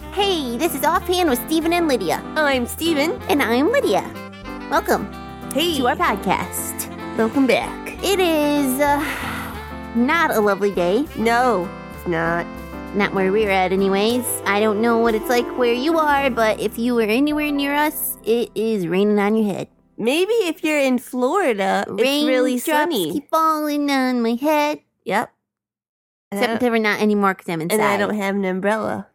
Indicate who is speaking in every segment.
Speaker 1: everybody. This is Offhand with Stephen and Lydia.
Speaker 2: I'm Steven.
Speaker 1: And I'm Lydia. Welcome
Speaker 2: Hey.
Speaker 1: to our podcast.
Speaker 2: Welcome back.
Speaker 1: It is uh, not a lovely day.
Speaker 2: No, it's not.
Speaker 1: Not where we're at, anyways. I don't know what it's like where you are, but if you were anywhere near us, it is raining on your head.
Speaker 2: Maybe if you're in Florida, it's really
Speaker 1: Raindrops
Speaker 2: sunny.
Speaker 1: keep falling on my head.
Speaker 2: yep. And, I
Speaker 1: Except
Speaker 2: don't,
Speaker 1: they were not anymore because I'm inside.
Speaker 2: and I don't have an umbrella.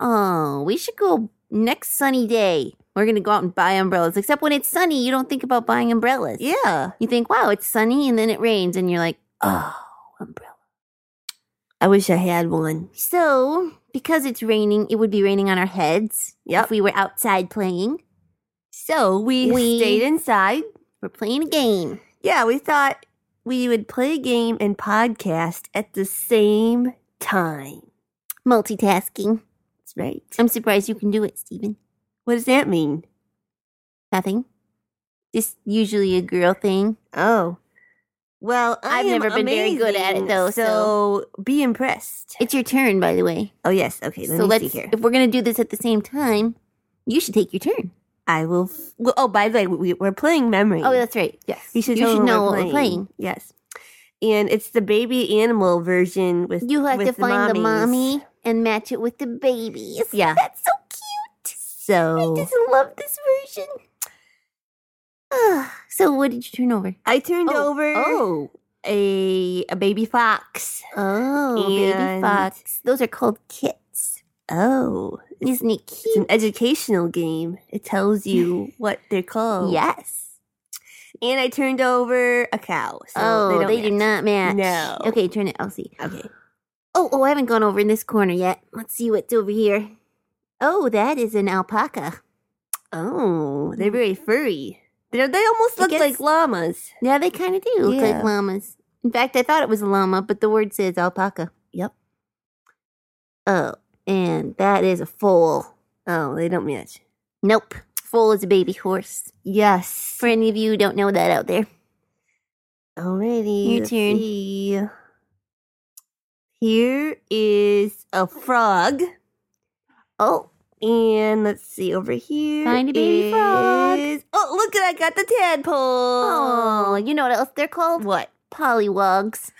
Speaker 1: Oh, we should go next sunny day. We're gonna go out and buy umbrellas. Except when it's sunny, you don't think about buying umbrellas.
Speaker 2: Yeah.
Speaker 1: You think, wow, it's sunny, and then it rains, and you're like, oh, umbrella.
Speaker 2: I wish I had one.
Speaker 1: So, because it's raining, it would be raining on our heads
Speaker 2: Yep.
Speaker 1: if we were outside playing.
Speaker 2: So we,
Speaker 1: We-
Speaker 2: stayed inside.
Speaker 1: We're playing a game.
Speaker 2: Yeah, we thought we would play a game and podcast at the same time.
Speaker 1: Multitasking.
Speaker 2: That's right.
Speaker 1: I'm surprised you can do it, Steven.
Speaker 2: What does that mean?
Speaker 1: Nothing. Just usually a girl thing.
Speaker 2: Oh. Well, I
Speaker 1: I've
Speaker 2: am
Speaker 1: never been very good at it,
Speaker 2: amazing,
Speaker 1: though,
Speaker 2: So, be impressed.
Speaker 1: It's your turn, by the way.
Speaker 2: Oh yes. Okay. Let
Speaker 1: so
Speaker 2: me
Speaker 1: let's,
Speaker 2: see here.
Speaker 1: if we're gonna do this at the same time, you should take your turn.
Speaker 2: I will. F- well, oh, by the way, we, we're playing memory.
Speaker 1: Oh, that's right. Yes,
Speaker 2: you should,
Speaker 1: you
Speaker 2: tell
Speaker 1: should
Speaker 2: them
Speaker 1: know
Speaker 2: we're
Speaker 1: what
Speaker 2: playing.
Speaker 1: we're playing.
Speaker 2: Yes, and it's the baby animal version with
Speaker 1: You have
Speaker 2: with
Speaker 1: to find the
Speaker 2: mommies.
Speaker 1: mommy and match it with the babies.
Speaker 2: Yeah.
Speaker 1: that's so cute. I
Speaker 2: So
Speaker 1: just love this version. Ah, so, what did you turn over?
Speaker 2: I turned
Speaker 1: Oh,
Speaker 2: over
Speaker 1: oh.
Speaker 2: a a baby fox.
Speaker 1: Oh, baby
Speaker 2: And-
Speaker 1: fox. Those are called kits.
Speaker 2: Oh,
Speaker 1: Isn't it
Speaker 2: it's an
Speaker 1: cute?
Speaker 2: educational game. It tells you what they're called.
Speaker 1: Yes.
Speaker 2: and I turned over a cow. So
Speaker 1: oh,
Speaker 2: they,
Speaker 1: they,
Speaker 2: don't
Speaker 1: do not
Speaker 2: match.
Speaker 1: match.
Speaker 2: No.
Speaker 1: Okay, turn it. I'll see.
Speaker 2: Okay.
Speaker 1: Oh, oh, I haven't gone over in this corner yet. Let's see what's over here. Oh, that is an alpaca.
Speaker 2: Oh, they're very furry. They they almost
Speaker 1: Mm. I
Speaker 2: look
Speaker 1: guess-
Speaker 2: like llamas.
Speaker 1: Yeah, they kind of do look like
Speaker 2: Yeah.
Speaker 1: llamas. In fact, I thought it was a llama, but the word says alpaca.
Speaker 2: Yep.
Speaker 1: Oh, and that is a foal.
Speaker 2: Oh, they don't match.
Speaker 1: Nope. Foal is a baby horse.
Speaker 2: Yes.
Speaker 1: For any of you who don't know that out there.
Speaker 2: Alrighty.
Speaker 1: Your
Speaker 2: let's
Speaker 1: turn.
Speaker 2: see. Here is a frog.
Speaker 1: Oh,
Speaker 2: And let's see over here.
Speaker 1: Find a baby frog.
Speaker 2: is- Oh, look at I got the tadpole.
Speaker 1: oh, you know what else they're called?
Speaker 2: What?
Speaker 1: Pollywogs.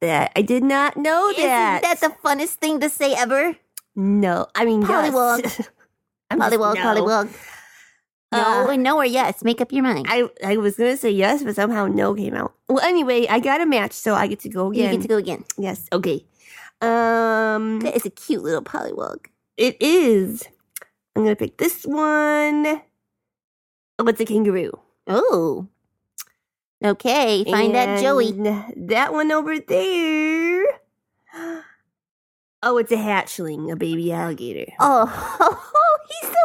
Speaker 2: That I did not
Speaker 1: Oh,
Speaker 2: know that.
Speaker 1: Isn't that the funnest thing to say ever?
Speaker 2: no, I mean
Speaker 1: Pollywog.
Speaker 2: Yes. I'm just-
Speaker 1: Pollywog,
Speaker 2: no.
Speaker 1: pollywog.
Speaker 2: Uh,
Speaker 1: No, and no or yes. Make up your mind.
Speaker 2: I I was gonna say yes, but somehow no came out. Well, anyway, I got a match, so I get to go
Speaker 1: you
Speaker 2: again.
Speaker 1: get to go again.
Speaker 2: Yes. Okay. Um.
Speaker 1: That is a cute little pollywog.
Speaker 2: It is. I'm gonna pick this one. Oh, it's a kangaroo.
Speaker 1: Oh. Okay, find that Joey.
Speaker 2: And That one over there. Oh, it's a hatchling, a baby alligator.
Speaker 1: Oh, he's so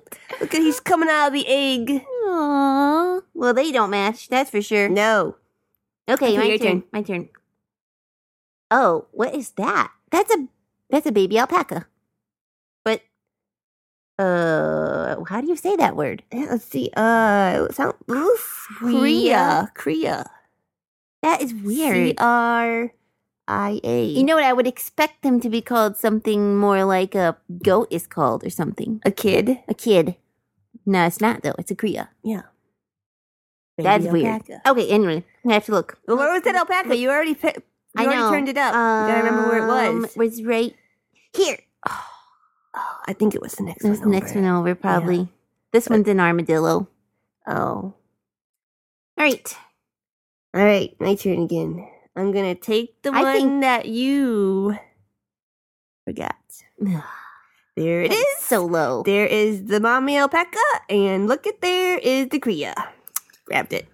Speaker 1: cute.
Speaker 2: Look at he's coming out of the egg.
Speaker 1: Aww. Well, they don't match, that's for sure.
Speaker 2: No.
Speaker 1: Okay,
Speaker 2: Okay,
Speaker 1: my
Speaker 2: your
Speaker 1: turn.
Speaker 2: turn.
Speaker 1: My turn. Oh, what is that? That's a that's a baby alpaca. But uh, how do you say that word?
Speaker 2: Yeah, let's see. Uh, it sound oof, Kria. Kria.
Speaker 1: That is weird.
Speaker 2: C R I A.
Speaker 1: you know what? I would expect them to be called something more like a goat is called or something.
Speaker 2: a kid.
Speaker 1: A kid. No, it's not though. It's a cria. That's
Speaker 2: Baby
Speaker 1: weird.
Speaker 2: alpaca.
Speaker 1: Okay, anyway, I have to look.
Speaker 2: Well, where was that alpaca? You already pi- you
Speaker 1: I
Speaker 2: already
Speaker 1: know.
Speaker 2: turned it up. you gotta remember where it
Speaker 1: Um,
Speaker 2: was.
Speaker 1: It was right here.
Speaker 2: Oh, I think it was the next
Speaker 1: There's the
Speaker 2: one.
Speaker 1: next
Speaker 2: over.
Speaker 1: one over, probably. This
Speaker 2: But-
Speaker 1: one's an armadillo.
Speaker 2: Oh.
Speaker 1: All right.
Speaker 2: All right, my turn again. I'm going to take the
Speaker 1: I
Speaker 2: one
Speaker 1: think-
Speaker 2: that you forgot. There it
Speaker 1: It
Speaker 2: is.
Speaker 1: is so low.
Speaker 2: There is the mommy alpaca, and look at there is the Kriya. Grabbed it.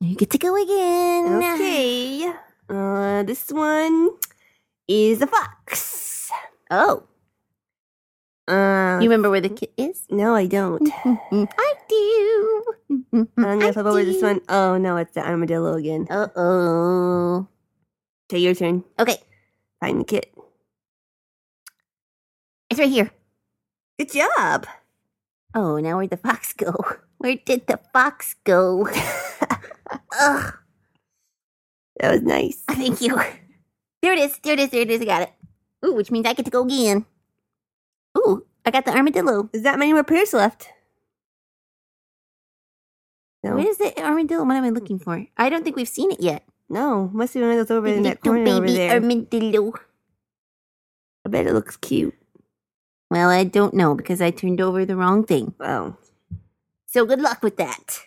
Speaker 1: You get to go again.
Speaker 2: Okay. Uh, this one is a fox.
Speaker 1: Oh,
Speaker 2: Uh,
Speaker 1: you remember where the kid is?
Speaker 2: no, I
Speaker 1: Mm,
Speaker 2: don't.
Speaker 1: I do.
Speaker 2: I don't know if I over
Speaker 1: do.
Speaker 2: this one. Oh, no, it's the armadillo again.
Speaker 1: Uh oh.
Speaker 2: Okay, your turn.
Speaker 1: Okay,
Speaker 2: Find the kit.
Speaker 1: it's right here.
Speaker 2: Good job.
Speaker 1: Oh, now where'd the fox go? Where did the fox go? Ugh.
Speaker 2: That was nice.
Speaker 1: Thank you. There it is. There it is. There it is. I got it. Ooh, which means I get to go again. Ooh, I got the armadillo.
Speaker 2: Is that many more pairs left?
Speaker 1: Where
Speaker 2: No,
Speaker 1: is the armadillo? What am I looking for? I don't think we've seen it yet.
Speaker 2: no, must be one of those over in
Speaker 1: Little
Speaker 2: that corner over
Speaker 1: baby
Speaker 2: there.
Speaker 1: armadillo.
Speaker 2: I bet it looks cute.
Speaker 1: Well, I don't know because I turned over the wrong thing.
Speaker 2: Oh,
Speaker 1: So good luck with that.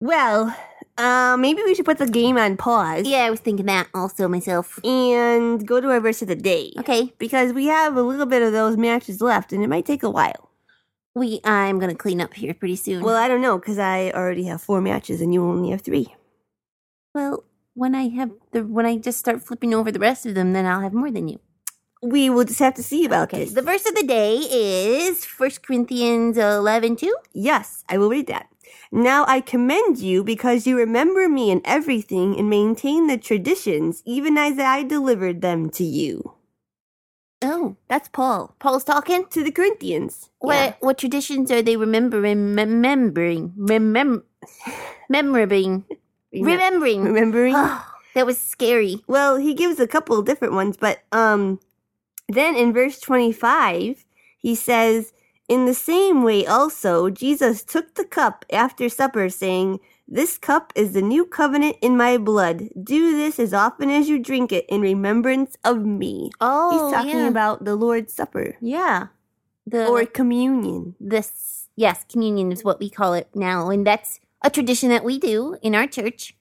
Speaker 2: well, uh, maybe we should put the game on pause.
Speaker 1: Yeah, I was thinking that also myself.
Speaker 2: and go to our verse of the day.
Speaker 1: Okay,
Speaker 2: Because we have a little bit of those matches left, and it might take a while.
Speaker 1: we I'm gonna clean up here pretty soon.
Speaker 2: Well, I don't know, because I already have four matches, and you only have three.
Speaker 1: well, when I have the when I just start flipping over the rest of them, then I'll have more than you.
Speaker 2: We will just have to see about
Speaker 1: Okay.
Speaker 2: this.
Speaker 1: The verse of the day is 1 Corinthians 11 2.
Speaker 2: Yes, I will read that. Now I commend you because you remember me in everything and maintain the traditions, even as I delivered them to you.
Speaker 1: Oh,
Speaker 2: That's Paul
Speaker 1: Paul's talking.
Speaker 2: to the Corinthians.
Speaker 1: What what traditions are they remembering? Remembering, remem, remembering,
Speaker 2: Yeah. Remem-
Speaker 1: remembering. Ah,
Speaker 2: remembering?
Speaker 1: Oh, that was scary.
Speaker 2: Well, he gives a couple of different ones, but um then in verse 25, he says, "In the same way also Jesus took the cup after supper saying, this cup is the new covenant in my blood. Do this as often as you drink it in remembrance of me."
Speaker 1: Oh,
Speaker 2: He's talking
Speaker 1: yeah.
Speaker 2: about the Lord's Supper
Speaker 1: yeah, the
Speaker 2: or communion.
Speaker 1: this yes communion is what we call it now and that's a tradition that we do in our church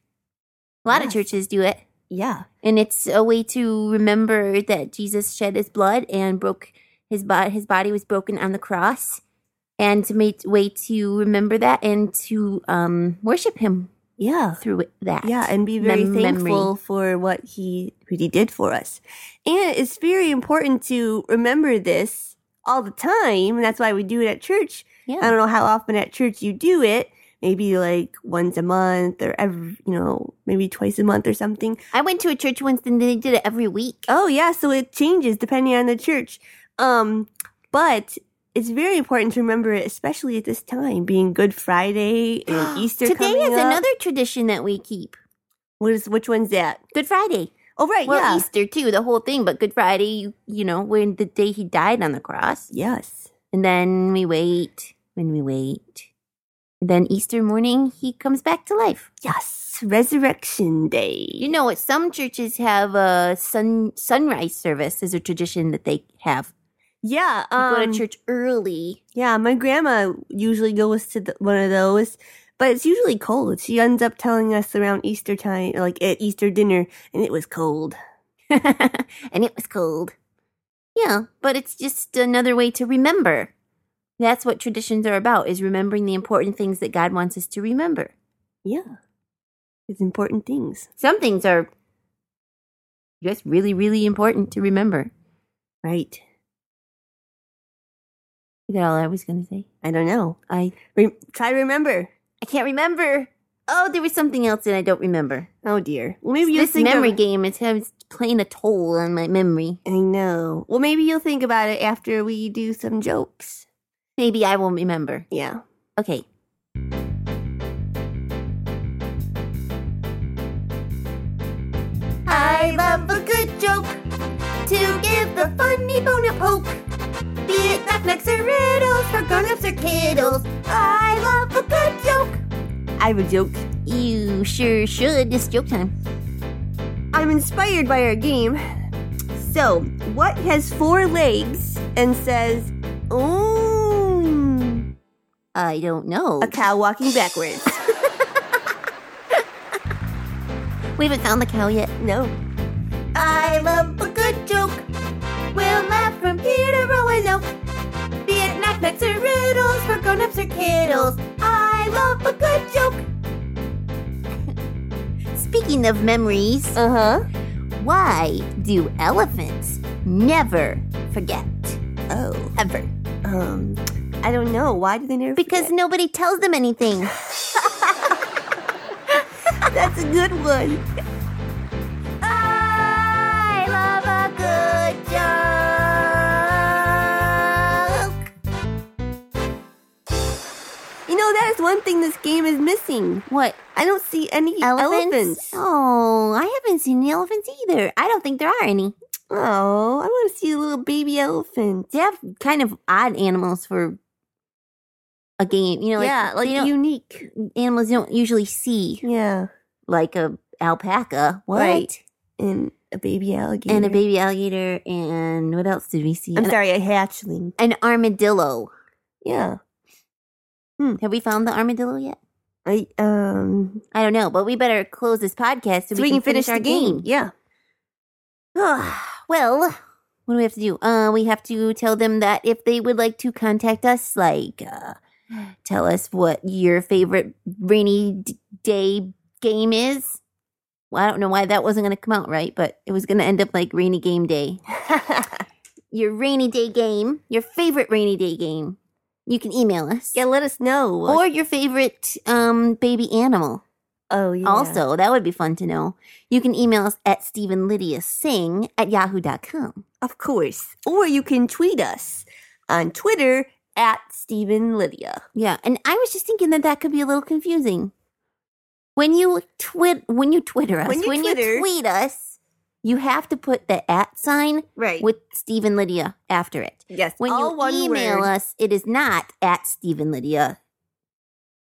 Speaker 1: a lot of
Speaker 2: Yes.
Speaker 1: churches do it
Speaker 2: Yeah.
Speaker 1: and it's a way to remember that jesus shed his blood and broke his body his body was broken on the cross and to make way to remember that and to um worship him
Speaker 2: Yeah.
Speaker 1: through it- that
Speaker 2: Yeah, and be very
Speaker 1: Mem- memory.
Speaker 2: thankful for what he really did for us. And it's very important to remember this all the time. And that's why we do it at church. I
Speaker 1: yeah
Speaker 2: don't know how often at church you do it. Maybe like once a month or every, you know, maybe twice a month or something.
Speaker 1: i went to a church once and they did it every week
Speaker 2: Oh yeah, so it changes depending on the church. Um, but it's very important to remember it, especially at this time, being Good Friday and Easter.
Speaker 1: today
Speaker 2: coming
Speaker 1: is
Speaker 2: up.
Speaker 1: another tradition that we keep
Speaker 2: What is which one's that?
Speaker 1: good friday
Speaker 2: Oh right,
Speaker 1: Well,
Speaker 2: yeah.
Speaker 1: Easter too, the whole thing. But Good Friday, you, you know, when the day he died on the cross,
Speaker 2: Yes.
Speaker 1: and then we wait, when we wait, and then Easter morning he comes back to life.
Speaker 2: Yes, Resurrection
Speaker 1: You
Speaker 2: Day.
Speaker 1: know what? Some churches have a sun sunrise service is a tradition that they have.
Speaker 2: Yeah,
Speaker 1: You
Speaker 2: um,
Speaker 1: go to church early.
Speaker 2: yeah. My grandma usually goes to the, one of those, but it's usually cold. She ends up telling us around Easter time, like at Easter dinner, and it was cold.
Speaker 1: and it was cold. Yeah, but it's just another way to remember. That's what traditions are about is remembering the important things that God wants us to remember.
Speaker 2: Yeah, it's important things,
Speaker 1: some things are just really, really important to remember.
Speaker 2: right?
Speaker 1: Is that all I was going to say?
Speaker 2: I don't know.
Speaker 1: I
Speaker 2: Re- try to remember.
Speaker 1: I can't remember. Oh, there was something else that I don't remember.
Speaker 2: Oh dear. Well, maybe you'll
Speaker 1: this
Speaker 2: think.
Speaker 1: memory
Speaker 2: of-
Speaker 1: game is having- it's playing a toll on my memory.
Speaker 2: I know. Well, maybe you'll think about it after we do some jokes.
Speaker 1: Maybe I won't remember.
Speaker 2: Yeah.
Speaker 1: Okay. I love a good joke to give the funny bone a poke. Be it knickknacks or riddles for grown-ups or kiddles. I love a good joke.
Speaker 2: I have a joke.
Speaker 1: You sure should. It's joke time.
Speaker 2: I'm inspired by our game. So, what has four legs and says, ooh,
Speaker 1: I don't know.
Speaker 2: a cow walking backwards?
Speaker 1: We haven't found the cow yet.
Speaker 2: no.
Speaker 1: I love a good joke. We'll laugh from here to Roanoke. Be it knickknacks or riddles for grown-ups or kiddles. I love a good joke. Speaking of memories,
Speaker 2: Uh huh.
Speaker 1: why do elephants never forget?
Speaker 2: Oh.
Speaker 1: Ever.
Speaker 2: Um, I don't know. Why do they never?
Speaker 1: Because
Speaker 2: forget?
Speaker 1: nobody tells them anything.
Speaker 2: that's a good one.
Speaker 1: I love a good joke.
Speaker 2: You know, that is one thing this game is missing.
Speaker 1: What?
Speaker 2: I don't see any
Speaker 1: Elephants?
Speaker 2: elephants.
Speaker 1: Oh, I haven't seen the elephants either. I don't think there are any.
Speaker 2: Oh, I want to see a little baby elephant.
Speaker 1: They have kind of odd animals for a game. You know, like,
Speaker 2: yeah, like
Speaker 1: they don't-
Speaker 2: unique.
Speaker 1: animals you don't usually see,
Speaker 2: Yeah,
Speaker 1: like a alpaca. What?
Speaker 2: Right. and a baby alligator.
Speaker 1: And a baby alligator, and what else did we see?
Speaker 2: I'm
Speaker 1: An-
Speaker 2: sorry, a hatchling.
Speaker 1: An armadillo.
Speaker 2: Yeah,
Speaker 1: Have we found the armadillo yet?
Speaker 2: I um.
Speaker 1: I don't know, but we better close this podcast so,
Speaker 2: So we can finish,
Speaker 1: our
Speaker 2: the game. Yeah.
Speaker 1: well, what do we have to do? Uh, we have to tell them that if they would like to contact us, like uh, tell us what your favorite rainy d- day game is. Well, I don't know why that wasn't going to come out right, but it was going to end up like rainy game day. Your rainy day game, your favorite rainy day game. You can email us.
Speaker 2: yeah. Let us know.
Speaker 1: Or your favorite um, baby animal.
Speaker 2: oh, yeah.
Speaker 1: Also, that would be fun to know. You can email us at StephenLydiaSing at yahoo.com.
Speaker 2: of course. Or you can tweet us on Twitter at Stephen Lydia.
Speaker 1: Yeah, and I was just thinking that that could be a little confusing. When you twit, when you Twitter us,
Speaker 2: When you Twitter-
Speaker 1: tweet us, you have to put the at sign
Speaker 2: Right.
Speaker 1: with Stephen Lydia after it.
Speaker 2: yes.
Speaker 1: When
Speaker 2: all
Speaker 1: you
Speaker 2: one
Speaker 1: email
Speaker 2: word.
Speaker 1: us, it is not at Stephen Lydia.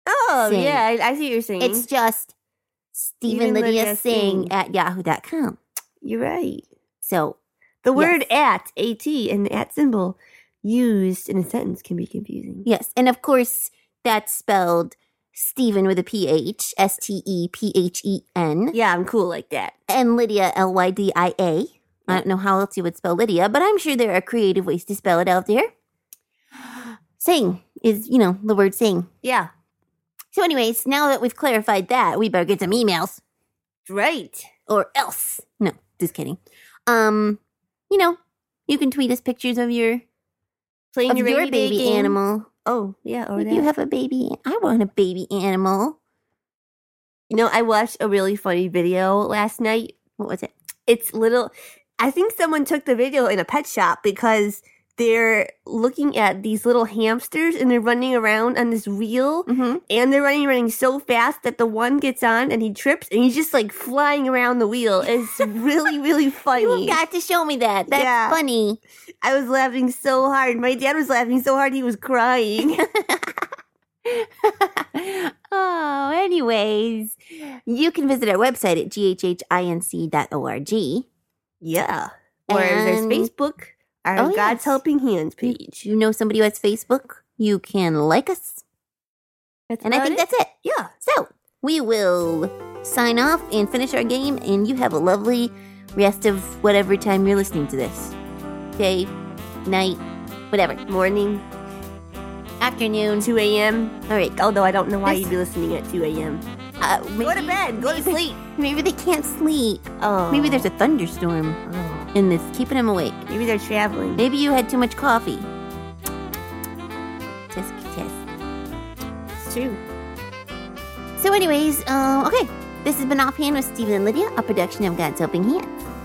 Speaker 2: Oh
Speaker 1: Sing.
Speaker 2: yeah, I, I see what you're saying.
Speaker 1: It's just Stephen
Speaker 2: Stephen Lydia
Speaker 1: Lydia Sing
Speaker 2: Singh.
Speaker 1: at yahoo.com.
Speaker 2: you're right.
Speaker 1: So
Speaker 2: The
Speaker 1: Yes.
Speaker 2: word at, at, and the at symbol used in a sentence can be confusing.
Speaker 1: Yes, and of course that's spelled Stephen with a P H S T E P H E N,
Speaker 2: Yeah, I'm cool like that.
Speaker 1: and Lydia L Y D I A. I don't know how else you would spell Lydia, but I'm sure there are creative ways to spell it out there. Sing is, you know, the word sing.
Speaker 2: Yeah,
Speaker 1: So, anyways, now that we've clarified that, we better get some emails
Speaker 2: right.
Speaker 1: or else. No, just kidding. Um, you know, you can tweet us pictures of your
Speaker 2: Playing
Speaker 1: of your
Speaker 2: rainy day
Speaker 1: baby
Speaker 2: game.
Speaker 1: animal.
Speaker 2: Oh yeah, or
Speaker 1: If
Speaker 2: that.
Speaker 1: you have a baby, I want a baby animal.
Speaker 2: you know, I watched a really funny video last night.
Speaker 1: What was it?
Speaker 2: It's little. I think someone took the video in a pet shop because they're looking at these little hamsters and they're running around on this wheel
Speaker 1: Mm-hmm.
Speaker 2: and they're running running so fast that the one gets on and he trips and he's just like flying around the wheel. It's really really funny.
Speaker 1: You got to show me that. That's
Speaker 2: Yeah.
Speaker 1: funny.
Speaker 2: I was laughing so hard. My dad was laughing so hard he was crying.
Speaker 1: oh, anyways, you can visit our website at ghhinc.org.
Speaker 2: yeah. Or there's
Speaker 1: And-
Speaker 2: Facebook, our
Speaker 1: Oh,
Speaker 2: God's
Speaker 1: yes.
Speaker 2: Helping Hands
Speaker 1: If
Speaker 2: page.
Speaker 1: you know somebody who has Facebook, you can like us. And I think
Speaker 2: that's
Speaker 1: that's it.
Speaker 2: yeah.
Speaker 1: So we will sign off and finish our game, and you have a lovely rest of whatever time you're listening to this day, night, whatever,
Speaker 2: Morning,
Speaker 1: afternoon.
Speaker 2: 2 a.m.
Speaker 1: All right,
Speaker 2: Although I don't know why
Speaker 1: This-
Speaker 2: you'd be listening at 2 a.m.
Speaker 1: uh,
Speaker 2: Go to
Speaker 1: maybe-
Speaker 2: bed. Go to
Speaker 1: maybe-
Speaker 2: sleep.
Speaker 1: Maybe they can't sleep.
Speaker 2: Oh.
Speaker 1: Maybe there's a thunderstorm
Speaker 2: Oh.
Speaker 1: in this, keeping him awake.
Speaker 2: Maybe they're traveling.
Speaker 1: Maybe you had too much coffee. Tisk tisk.
Speaker 2: It's true.
Speaker 1: uh, So, anyways, um, okay. This has been Offhand with Stephen and Lydia, a production of God's Helping Hands.